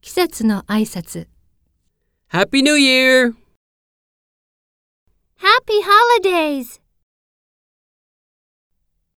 季節の挨拶 Happy New Year! Happy Holidays!